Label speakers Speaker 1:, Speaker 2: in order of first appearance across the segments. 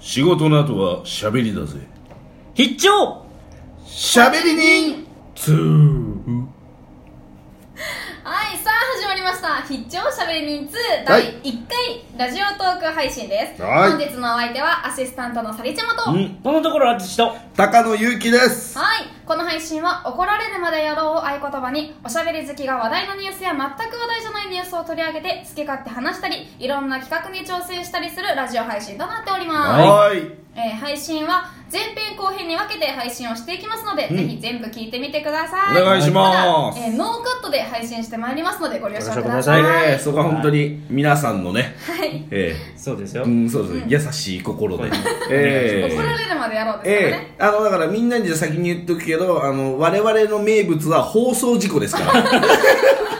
Speaker 1: 仕事の後は喋りだぜ
Speaker 2: 必聴
Speaker 1: 喋り人
Speaker 3: はいさあ始まりました「必聴しゃべり人2」
Speaker 1: はい
Speaker 3: 第1回ラジオトーク配信です、
Speaker 1: はい
Speaker 3: 本日のお相手はアシスタントのさりちゃまと
Speaker 1: う
Speaker 3: はい
Speaker 1: ん
Speaker 2: このところ私と
Speaker 1: 高野祐希です
Speaker 3: この配信は「怒られるまでやろう」を合言葉におしゃべり好きが話題のニュースや全く話題じゃないニュースを取り上げて好き勝手話したりいろんな企画に挑戦したりするラジオ配信となっております、
Speaker 1: はーい
Speaker 3: えー配信は前編後編に分けて配信をしていきますので、ぜひ全部聞いてみてください
Speaker 1: お願いします
Speaker 3: だえーノーカットで配信してまいりますのでご了承くださ
Speaker 2: はいご了承ください
Speaker 1: えーそこは本当に皆さんのね
Speaker 3: はい
Speaker 1: え
Speaker 2: そうです
Speaker 1: え
Speaker 2: よ、
Speaker 1: うんそうそう優しい心
Speaker 2: こ
Speaker 1: で
Speaker 2: れ
Speaker 1: え
Speaker 3: 怒られるまでやろうですからね、
Speaker 1: ええあのだからみんなにじゃ先に言っとくけどあの我々の名物は放送事故ですから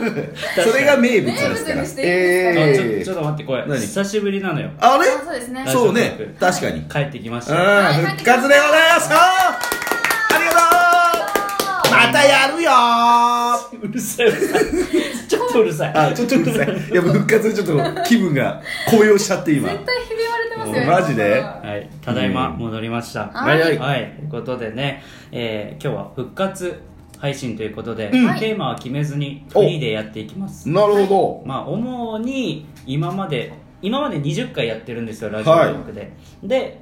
Speaker 1: それが名物ですか
Speaker 3: 名物
Speaker 1: ら
Speaker 3: にしていいん
Speaker 2: あ
Speaker 3: で
Speaker 2: ち
Speaker 1: ええ
Speaker 2: ょちょっと待ってこれ
Speaker 1: 何
Speaker 2: 久しぶりなのよ
Speaker 1: あれ
Speaker 3: あそうですね
Speaker 1: そうね確かに、
Speaker 2: 帰ってきまし
Speaker 1: う
Speaker 2: た
Speaker 1: ん復活でございますよありがとうまたやるよ
Speaker 2: うるさいう るさいちょっとうるさい
Speaker 1: あちょっとうるさいやっぱ復活でちょっと気分が高揚しちゃって今
Speaker 3: 絶対ひび割れてますよね
Speaker 1: マジで
Speaker 2: はい、ただいま戻りました。
Speaker 3: はいはい
Speaker 2: はい、ということでね、えー今日は復活配信ということで、
Speaker 3: ん
Speaker 2: テーマは決めずにフリーでやっていきます。
Speaker 1: なるほ
Speaker 2: まあ、主に今まで、今まで20回やってるんですよ、ラジオトークで。で、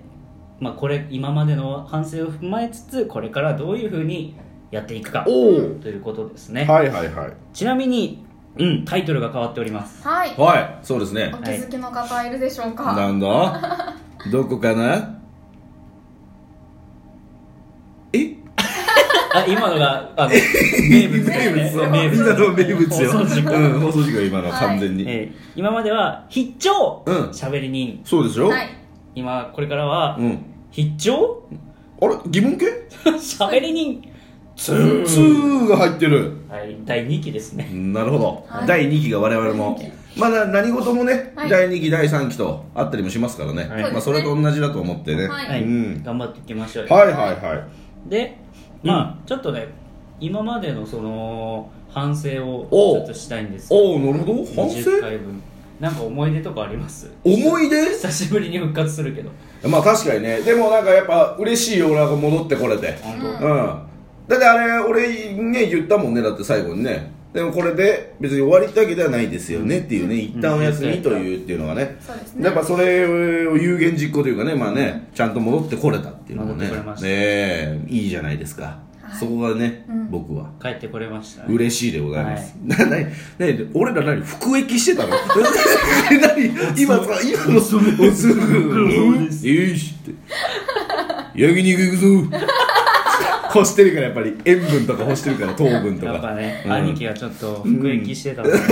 Speaker 2: まあ、これ、今までの反省を踏まえつつ、これからどういうふうにやっていくかと
Speaker 1: お
Speaker 2: いうことですね。
Speaker 1: はいはいはい
Speaker 2: ちなみに、
Speaker 1: うん
Speaker 2: タイトルが変わってお ります。
Speaker 3: はいお
Speaker 1: はいそうですね
Speaker 3: 気づきの方いるでしょうか、
Speaker 1: なんだどこかなえ
Speaker 2: あ、今のが、あの、名物ですね。
Speaker 1: みんな の名物よ
Speaker 2: 放送事故
Speaker 1: うん、放送事故今の
Speaker 3: はい
Speaker 1: 完全に、
Speaker 2: えー今までは必聴
Speaker 1: うん
Speaker 2: 喋、り人
Speaker 1: そうでしょ、
Speaker 3: はい
Speaker 2: 今これからは、
Speaker 1: うん
Speaker 2: 必聴
Speaker 1: あれ疑問形
Speaker 2: 喋り人ツー
Speaker 1: ツーが入ってる
Speaker 2: はい第2期ですね
Speaker 1: なるほど、
Speaker 3: はい
Speaker 1: 第2期が我々もまだ何事もね、
Speaker 3: はい
Speaker 1: 第2期第3期とあったりもしますからね、
Speaker 2: はい
Speaker 1: まあ、それと同じだと思ってね、
Speaker 3: はい
Speaker 2: はい、
Speaker 1: うん
Speaker 2: 頑張っていきましょうよ
Speaker 1: はいはいはい
Speaker 2: でまあ、ちょっとね今までのその反省を
Speaker 1: おう
Speaker 2: ちょっとしたいんです
Speaker 1: おおなるほど反省
Speaker 2: 20回分なんか思い出とかあります
Speaker 1: 思い出
Speaker 2: 久しぶりに復活するけど
Speaker 1: まあ確かにねでもなんかやっぱ嬉しいよ俺は戻ってこれて
Speaker 2: 本
Speaker 1: うん
Speaker 2: 当、
Speaker 1: だってあれ俺ね言ったもんねだって最後にねでもこれで別に終わりってわけではないですよねっていうね一旦お休みというっていうのがね
Speaker 3: そうですね
Speaker 1: やっぱそれを有言実行というかねまあねちゃんと戻ってこれたっていうのもね
Speaker 2: 戻ってこれ
Speaker 1: ね
Speaker 2: ました
Speaker 1: えいいじゃないですか
Speaker 3: はい
Speaker 1: そこがね
Speaker 3: うん
Speaker 1: 僕は
Speaker 2: 帰ってこれましたね
Speaker 1: 嬉しいでございます。な、な、な、俺ら何服役してたの 何今さ、今の、おすぐ、おす
Speaker 2: 様
Speaker 1: ぐ、
Speaker 2: です
Speaker 1: よしって。焼肉行くぞ干してるからやっぱり塩分とか干してるから糖分と
Speaker 2: やっぱ
Speaker 1: か。
Speaker 2: ね、
Speaker 1: うん
Speaker 2: 兄貴がちょっと服役してたので、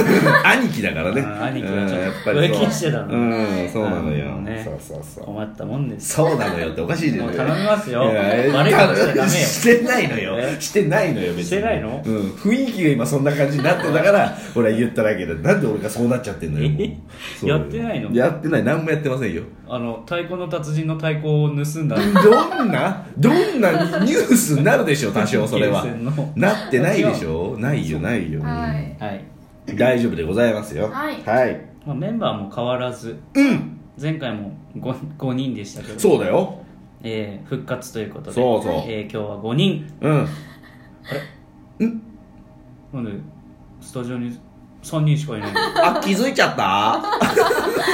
Speaker 1: 兄貴だからね。
Speaker 2: うん兄貴がちょっと
Speaker 1: うんやっぱりそう
Speaker 2: 服役してたの
Speaker 1: うん、そうなのよ
Speaker 2: うんね。
Speaker 1: そうそうそう。
Speaker 2: 困ったもんです
Speaker 1: そうなのよっておかしいで
Speaker 2: もう
Speaker 1: ね。
Speaker 2: 頼みますよ
Speaker 1: いや
Speaker 2: 悪いことしちゃダメよ
Speaker 1: してないのよ
Speaker 2: え
Speaker 1: してないのよ別に
Speaker 2: してないの
Speaker 1: うん雰囲気が今そんな感じになってたから 俺は言っただけでなんで俺がそうなっちゃってんのよもう
Speaker 2: え
Speaker 1: そうよ
Speaker 2: やってないの
Speaker 1: やってない何もやってませんよ
Speaker 2: あの太鼓の達人の太鼓を盗んだ
Speaker 1: どんなどんなニュースになるでしょ多少それは
Speaker 2: ゲーセンの
Speaker 1: なってないでしょ ないよないよ、
Speaker 3: はい
Speaker 2: はい、
Speaker 1: 大丈夫でございますよ
Speaker 3: はい
Speaker 1: はい、
Speaker 2: まあ、メンバーも変わらず
Speaker 1: うん
Speaker 2: 前回も 5, 5人でしたけど、
Speaker 1: そうだよ
Speaker 2: えー復活ということで
Speaker 1: そうそう
Speaker 2: えー今日は5人
Speaker 1: うん
Speaker 2: なんでスタジオに3人しか いない
Speaker 1: あ気づいちゃった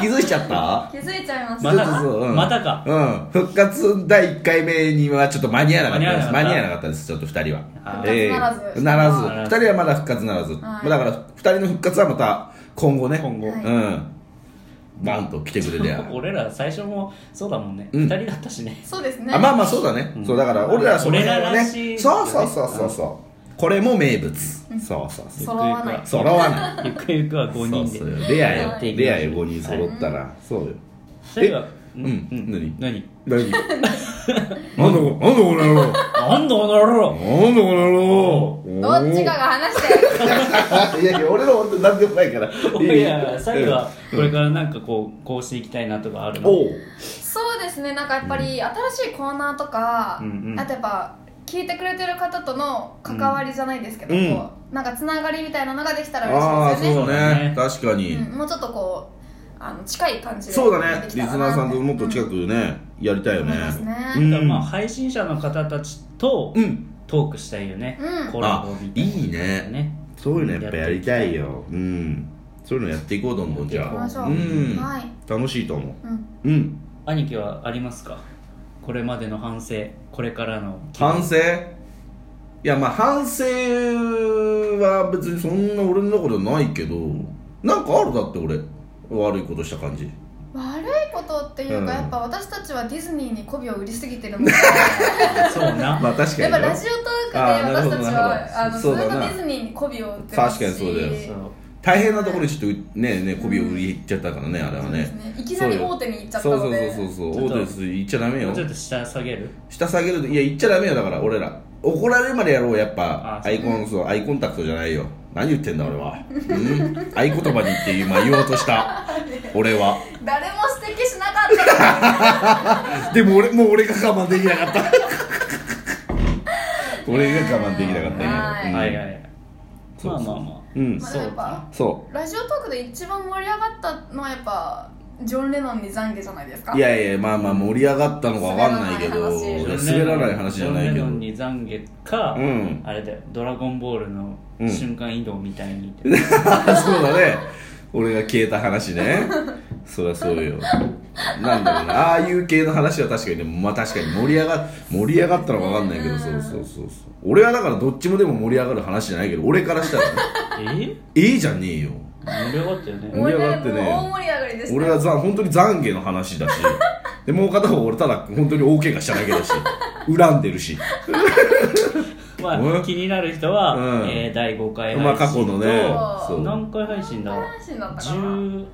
Speaker 1: 気づいちゃった
Speaker 3: 気づいちゃいます
Speaker 2: またか
Speaker 1: そうそううん
Speaker 2: またか
Speaker 1: うん、復活第1回目にはちょっと間に合わなかったです間
Speaker 2: 間
Speaker 1: に
Speaker 2: に
Speaker 1: 合わ
Speaker 2: 合
Speaker 1: な
Speaker 2: わな
Speaker 1: かったですちょっと2人は
Speaker 2: あー
Speaker 1: ええ
Speaker 3: 復活ならず
Speaker 1: ならず
Speaker 3: な
Speaker 2: らず
Speaker 1: 2人はまだ復活ならず、
Speaker 3: はい
Speaker 1: だから2人の復活はまた今後ね
Speaker 2: 今後、
Speaker 3: は
Speaker 1: うんバンと来てくれりゃ
Speaker 2: 俺ら最初もそうだもんね、
Speaker 1: うん
Speaker 2: 二2人だったしね
Speaker 3: そうですね
Speaker 1: あまあまあそうだね、
Speaker 2: うん
Speaker 1: そうだから俺らはその辺は
Speaker 2: 俺ら
Speaker 1: ね
Speaker 2: らしいです
Speaker 1: そ
Speaker 2: よ
Speaker 1: う
Speaker 2: ね
Speaker 1: そうそうそうそうこれも名物、そうそうそう
Speaker 3: 揃わない
Speaker 1: 揃わない
Speaker 2: ゆくゆくは5人で
Speaker 1: そうそうよレア
Speaker 2: や
Speaker 1: よ
Speaker 2: っていきまし
Speaker 1: レ
Speaker 2: ょう
Speaker 1: アよ5人揃ったら、そうよ
Speaker 2: そういえば
Speaker 1: え
Speaker 2: ん
Speaker 1: うん何
Speaker 2: 何
Speaker 1: 何なんだこなんだこの野郎
Speaker 2: なんだこの野郎
Speaker 1: なんだこの野郎
Speaker 3: どっちかが話して
Speaker 1: いやいや、俺ら本当に何でもないから。
Speaker 2: いや最後は
Speaker 1: う
Speaker 2: こ
Speaker 1: ん
Speaker 2: れからなんかこうこうしていきたいなとかあるの
Speaker 1: おう。
Speaker 3: そうですねなんかやっぱり新しいコーナーとか、
Speaker 2: うんうん
Speaker 3: あとやっぱ聞いてくれてる方との関わりじゃないですけど、
Speaker 1: うん
Speaker 3: こうなんかつながりみたいなのができたら嬉しい
Speaker 1: ああ、
Speaker 3: ですよね
Speaker 1: そうね。確かに。
Speaker 3: うんもうちょっとこうあの近い感じで
Speaker 1: そうだね
Speaker 3: でき
Speaker 1: リ
Speaker 3: たら
Speaker 1: ス
Speaker 3: な
Speaker 1: ナ
Speaker 3: っ
Speaker 1: ー
Speaker 3: て
Speaker 1: さんともっと近くね、やりたいよね
Speaker 3: 思いますね
Speaker 1: う
Speaker 2: だから
Speaker 1: ん、
Speaker 2: まあ配信者の方たちと
Speaker 1: うん、
Speaker 2: トークしたいよね、
Speaker 3: うん
Speaker 2: コラボみたい
Speaker 1: あいいね
Speaker 2: なね
Speaker 1: そういうのやっぱやりたいようんそういうのやっていこうどんどんじ
Speaker 2: やってい
Speaker 1: ゃ
Speaker 2: こ
Speaker 1: あ
Speaker 3: 行きましょう、
Speaker 1: うん
Speaker 3: はい、
Speaker 1: 楽しいと思
Speaker 3: うん、
Speaker 1: ううん
Speaker 2: 兄貴はありますかこれまでの反省これからの
Speaker 1: 反省いやまあ反省は別にそんな俺のことないけどなんかあるだって俺悪いことした感じ
Speaker 3: 悪いことっていうか、
Speaker 1: うん
Speaker 3: やっぱ私たちはディズニーに媚びを売りすぎて るもんや
Speaker 2: そうな
Speaker 1: まあ確か
Speaker 3: っ
Speaker 1: に
Speaker 3: ぱ
Speaker 1: な
Speaker 3: ラジオトークで
Speaker 1: あーなるほ
Speaker 3: 私
Speaker 1: ど
Speaker 3: たち
Speaker 1: な
Speaker 3: はあ
Speaker 1: る
Speaker 3: のず
Speaker 1: ほ
Speaker 3: っ
Speaker 1: ど
Speaker 3: とデ
Speaker 1: そうだな
Speaker 3: ィズニーに媚びを売ってますし
Speaker 1: 確かにそうだよ
Speaker 2: そう
Speaker 1: 大変なところにちょっとねね媚びを売りいっちゃったからねあれは
Speaker 3: そうです
Speaker 1: ね
Speaker 3: ねいきなり大手に行っちゃった
Speaker 1: そうそ
Speaker 3: の
Speaker 1: う
Speaker 3: で
Speaker 1: そうそう
Speaker 2: ち
Speaker 1: そ
Speaker 2: ょ
Speaker 1: う
Speaker 2: っと
Speaker 1: オーデンス言っちゃダメ
Speaker 2: も
Speaker 1: よ
Speaker 2: うちょっと下下げる
Speaker 1: 下下げるといや言っちゃダメよだから俺ら怒られるまでやろうやっぱ
Speaker 2: あそ
Speaker 1: ア
Speaker 2: う
Speaker 1: イコンそうアイコンタクトじゃないよ何言ってんだ 俺は、うん、合言葉にっていう今言おうと した俺は
Speaker 3: 誰も指摘しなかったのに
Speaker 1: でも俺もう俺が我慢できなかった 俺が我慢できなかった
Speaker 3: はい
Speaker 1: 今
Speaker 2: はいはいはい
Speaker 1: そ
Speaker 2: まあ
Speaker 1: う そ
Speaker 2: ま
Speaker 1: う
Speaker 2: あま
Speaker 1: うん
Speaker 3: まあでもやっぱ
Speaker 1: そ
Speaker 3: ラジオトークで一番盛り上がったのはやっぱジョン・レノンに懺悔じゃないですか
Speaker 1: ういやいやまあまあ盛り上がったのかわかんないけど
Speaker 3: 滑らない
Speaker 2: あ
Speaker 1: いや滑らない話じゃないけど
Speaker 2: ジョンレノンに懺悔か、
Speaker 1: うん
Speaker 2: あれだよ「ドラゴンボール」の
Speaker 1: うん
Speaker 2: 瞬間移動みたいに、
Speaker 1: あ そうだね俺が消えた話ねそりゃそうよなんだろうなああいう系の話は確かにでもまあ確かに盛り上が盛り上がったのかわかんないけどそうそうそうそう俺はだからどっちもでも盛り上がる話じゃないけど俺からしたらね
Speaker 2: え
Speaker 1: ええじゃねえよ
Speaker 2: 盛り上がったよね
Speaker 1: 盛り上がってね
Speaker 3: もう大盛り上がりでした
Speaker 1: 俺はざ本当に懺悔の話 だしでもう片方俺ただ本当に大怪我しただけだし恨んでるし
Speaker 2: ま
Speaker 1: う
Speaker 2: あ
Speaker 1: ん
Speaker 2: 気になる人は、
Speaker 1: うん
Speaker 2: えー第5回
Speaker 1: まあ過
Speaker 2: 配
Speaker 1: 去
Speaker 2: 信
Speaker 1: の
Speaker 2: と、
Speaker 1: ね
Speaker 3: そ
Speaker 1: そ
Speaker 3: う
Speaker 1: う
Speaker 2: 何回配信だ
Speaker 3: 何回配信だったかな
Speaker 2: 10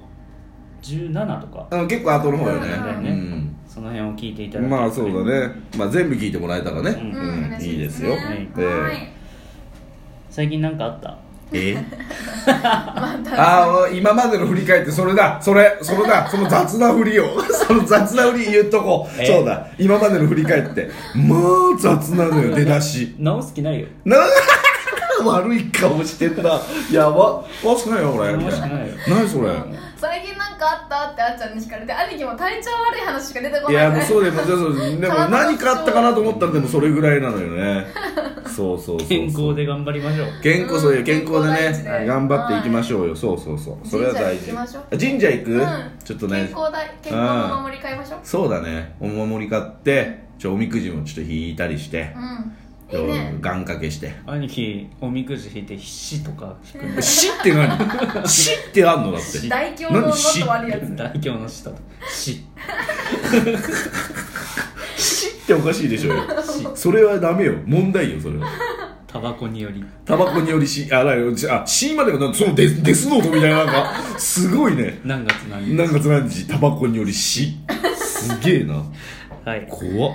Speaker 2: 17とか
Speaker 1: あの結構後の方よ
Speaker 3: そうだ
Speaker 2: よ
Speaker 1: ね
Speaker 2: ねその辺を聞いていた
Speaker 1: う
Speaker 2: だ
Speaker 1: ん、
Speaker 2: け
Speaker 1: まあそうだね、まあ、全部聞いてもらえたらね、
Speaker 2: うん
Speaker 3: うん、嬉し
Speaker 1: いいです
Speaker 3: ね
Speaker 1: よ、
Speaker 2: い
Speaker 1: え
Speaker 3: はい、
Speaker 2: 最近なんかあった
Speaker 1: えああ今までの振り返ってそれだそれそれだその雑な振りを その雑な振り言っとこう
Speaker 2: え
Speaker 1: そうだ今までの振り返ってまあ雑なのよ出だし
Speaker 2: 直す気ないよ
Speaker 1: な 悪い顔してんなやば悪くないよ俺み
Speaker 2: 直
Speaker 1: た
Speaker 2: す
Speaker 1: い
Speaker 2: 気
Speaker 1: な
Speaker 2: ないよ
Speaker 1: 何それ
Speaker 3: 最近なんかあったってあっちゃんに聞かれて兄貴も体調悪い話しか出てこ
Speaker 1: い
Speaker 3: ない
Speaker 1: やもうそうでもじゃあそうでも何かあったかなと思ったらでもそれぐらいなのよねそうそうそうそう
Speaker 2: 健康で頑張りましょう
Speaker 1: 健康そういう健康で
Speaker 3: 健康第一
Speaker 1: ね
Speaker 3: で
Speaker 1: 頑張っていきましょうよそうそうそうそれは大事
Speaker 3: 神社行きましょ
Speaker 1: 神社行く
Speaker 3: うん
Speaker 1: ちょっとね
Speaker 3: 健康だ健康のお守り買いましょう
Speaker 1: そうだねお守り買ってちょおみくじもちょっと引いたりして
Speaker 3: うんいいね
Speaker 1: 願掛けして
Speaker 2: 兄貴おみくじ引いて必死とか引くんだ
Speaker 1: 死って何死ってあんのだって
Speaker 3: 大凶のもっと悪いやつ
Speaker 2: 大凶の下と死
Speaker 1: 死っておかしいでしょう よ
Speaker 2: 死
Speaker 1: それはダメよ問題よそれは
Speaker 2: タバコにより
Speaker 1: タバコにより死あらあ死までがなんそのデスデスノートみたいななんかすごいね
Speaker 2: 何月何日
Speaker 1: なんかつまんじタバコにより死すげえな
Speaker 2: はい
Speaker 1: 怖っ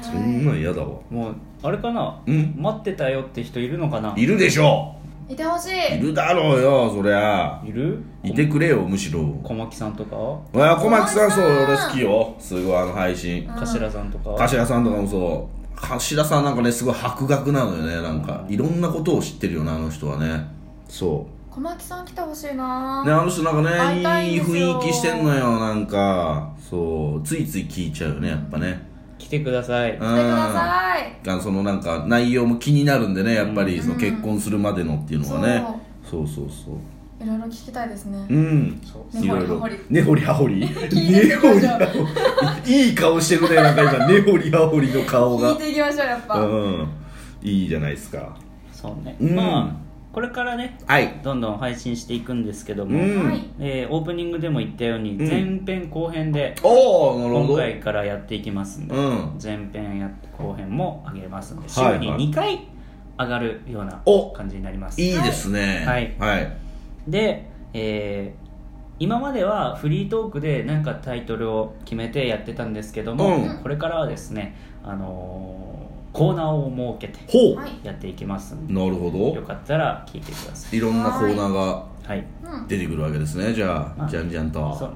Speaker 1: そんなん嫌だわ
Speaker 2: もうあれかな、
Speaker 1: うん
Speaker 2: 待ってたよって人いるのかない
Speaker 1: るでしょ
Speaker 3: いてほしいう
Speaker 1: いるだろうよそりゃ
Speaker 2: いる
Speaker 1: いてくれよむしろ
Speaker 2: 小牧さんとか
Speaker 1: あ小牧さんそう
Speaker 3: 小牧
Speaker 1: 俺
Speaker 3: さん
Speaker 1: 好きよすごいあの配信
Speaker 2: 頭さんとか
Speaker 1: 頭さんとかもそう頭さんなんかねすごい博学なのよねなんかいろんなことを知ってるよねあの人はねそう
Speaker 3: 小牧さん来てほしいな
Speaker 1: ねあの人なんか
Speaker 3: 会いたい
Speaker 1: ねいい
Speaker 3: んですよ
Speaker 1: 雰囲気してんのよなんかそうついつい聞いちゃうよねやっぱね
Speaker 2: 来てください
Speaker 1: うん
Speaker 3: 来てください
Speaker 1: あのそのなんか内容も気になるんでねやっぱりその結婚するまでのっていうのはね、そうそうそう
Speaker 3: いろいろ聞きたいですね
Speaker 1: うん
Speaker 2: そう
Speaker 3: ね
Speaker 1: いろいろ
Speaker 3: ほり
Speaker 1: ねほりはほり
Speaker 3: いて
Speaker 1: ね
Speaker 3: く
Speaker 1: ほ
Speaker 3: れ
Speaker 1: り
Speaker 3: ちゃう
Speaker 1: はほりいい顔してるねなんか今ねほりはほりの顔
Speaker 3: 聞い
Speaker 1: が
Speaker 3: ていきましょうやっぱ
Speaker 1: うんいいじゃないですか
Speaker 2: そうね、
Speaker 1: うん
Speaker 2: まあこれからね
Speaker 1: はい
Speaker 2: どんどん配信していくんですけども、
Speaker 1: うん
Speaker 3: はい
Speaker 2: えーオープニングでも言ったように、
Speaker 1: ん
Speaker 2: 前編後編で
Speaker 1: おおなるほ
Speaker 2: 今
Speaker 1: ど
Speaker 2: 回からやっていきますんで、
Speaker 1: うん
Speaker 2: 前編やって後編も上げますんで週
Speaker 1: はい
Speaker 2: に2回上がるような
Speaker 1: お
Speaker 2: 感じになります、
Speaker 1: いいですね
Speaker 2: はい
Speaker 1: はい
Speaker 2: で、えー今まではフリートークで何かタイトルを決めてやってたんですけども、
Speaker 1: うん
Speaker 2: これからはですね、あのーコーナーを設けて
Speaker 1: ほう
Speaker 3: はい
Speaker 2: やっていきますんで、
Speaker 1: なるほ
Speaker 2: よかったら聞いてくださ
Speaker 1: どいろんなコーナーが
Speaker 2: いはい
Speaker 3: うん
Speaker 1: 出てくるわけですねじゃ
Speaker 2: ま
Speaker 1: あ
Speaker 2: あ
Speaker 1: じゃんじゃん
Speaker 2: そ
Speaker 1: と
Speaker 2: う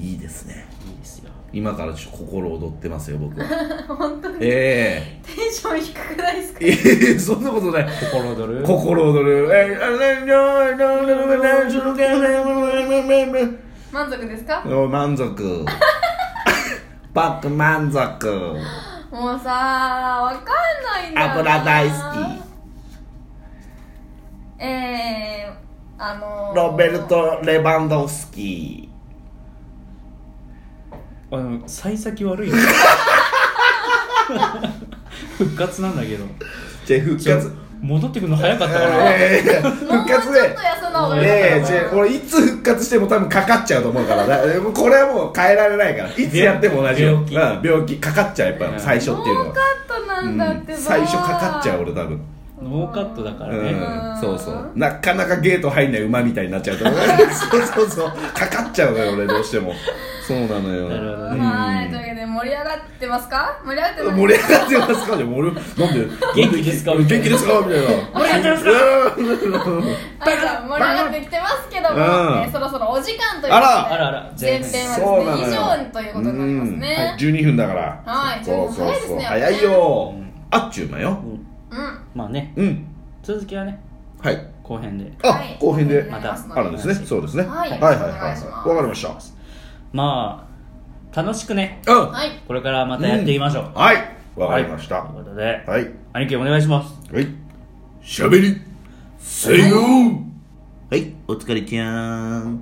Speaker 1: いいですね
Speaker 2: いいですよ
Speaker 1: 今からちょっと心躍ってますよ僕は本当にえ
Speaker 3: テンション低くないですか
Speaker 1: えええそんなことない
Speaker 2: 心躍る
Speaker 1: 心躍る。えーあれなになになになになになになになになになになに
Speaker 3: 満足ですか
Speaker 1: お満足僕満足
Speaker 3: もうさわかんないんだよな
Speaker 1: 油大好き
Speaker 3: えー、あのー、
Speaker 1: ロベルト・レバンドフスキ
Speaker 2: あの幸先悪いね復活なんだけど
Speaker 1: ーじゃあ復
Speaker 2: ちょ
Speaker 1: 活
Speaker 2: 戻ってくるの早かったか
Speaker 1: い
Speaker 2: ら
Speaker 1: やいやいや復活
Speaker 3: もうちょ
Speaker 1: で
Speaker 3: っと休んだ方が
Speaker 1: い
Speaker 3: よかった
Speaker 1: やい
Speaker 3: かな
Speaker 1: や違う俺いつ復活しても多分かかっちゃうと思うからだもうこれはもう変えられないからいつやっても同じよ
Speaker 2: 病気
Speaker 1: うん病気かかっちゃうやっぱ最初っていうの
Speaker 3: ノー
Speaker 1: は
Speaker 3: カットなんだって
Speaker 1: うん
Speaker 3: ば
Speaker 1: 最初かかっちゃう俺多分
Speaker 2: ノーカットだからね、
Speaker 1: うん
Speaker 3: うん
Speaker 1: そうそうなかなかゲート入んない馬みたいになっちゃうと思う そうそうそうかかっちゃうのよ俺どうしてもそうなのよ
Speaker 2: なるほどね
Speaker 3: はいというわけで盛り上がってますか盛り上がってない
Speaker 1: 盛り上がってますかね俺なんで
Speaker 2: 元気ですか
Speaker 1: 元気ですかみたいな
Speaker 2: 盛り上がってますか
Speaker 3: はいじゃあ盛り上がってきてますけども、
Speaker 1: うん
Speaker 3: えーそろそろお時間ということで
Speaker 1: あら
Speaker 2: あらあら
Speaker 3: 前
Speaker 2: 全
Speaker 3: 編
Speaker 2: 然
Speaker 3: は
Speaker 1: そうなの
Speaker 3: ですね
Speaker 1: よ
Speaker 3: 以上ということになりますね
Speaker 1: うんはい、12分だから
Speaker 3: はい
Speaker 1: そうそう
Speaker 3: 早いです
Speaker 1: そう
Speaker 3: ね
Speaker 1: 早いよあっちゅう間よ
Speaker 3: うん
Speaker 2: まあね
Speaker 1: うん
Speaker 2: 続きはね
Speaker 1: はい
Speaker 2: 後編で
Speaker 1: あ、
Speaker 3: はい
Speaker 1: 後編で
Speaker 3: お願いしすの
Speaker 1: あるんですねそうですね
Speaker 3: はい
Speaker 1: はいはい
Speaker 3: お願いします
Speaker 1: わかりました
Speaker 2: まあ楽しくね
Speaker 1: うんは
Speaker 3: はい
Speaker 2: これからまたやっていきましょう、
Speaker 1: いわかりました
Speaker 2: ということで、
Speaker 1: はい
Speaker 2: 兄貴お願いします
Speaker 1: はいしゃべりせーのはいお疲れちゃーん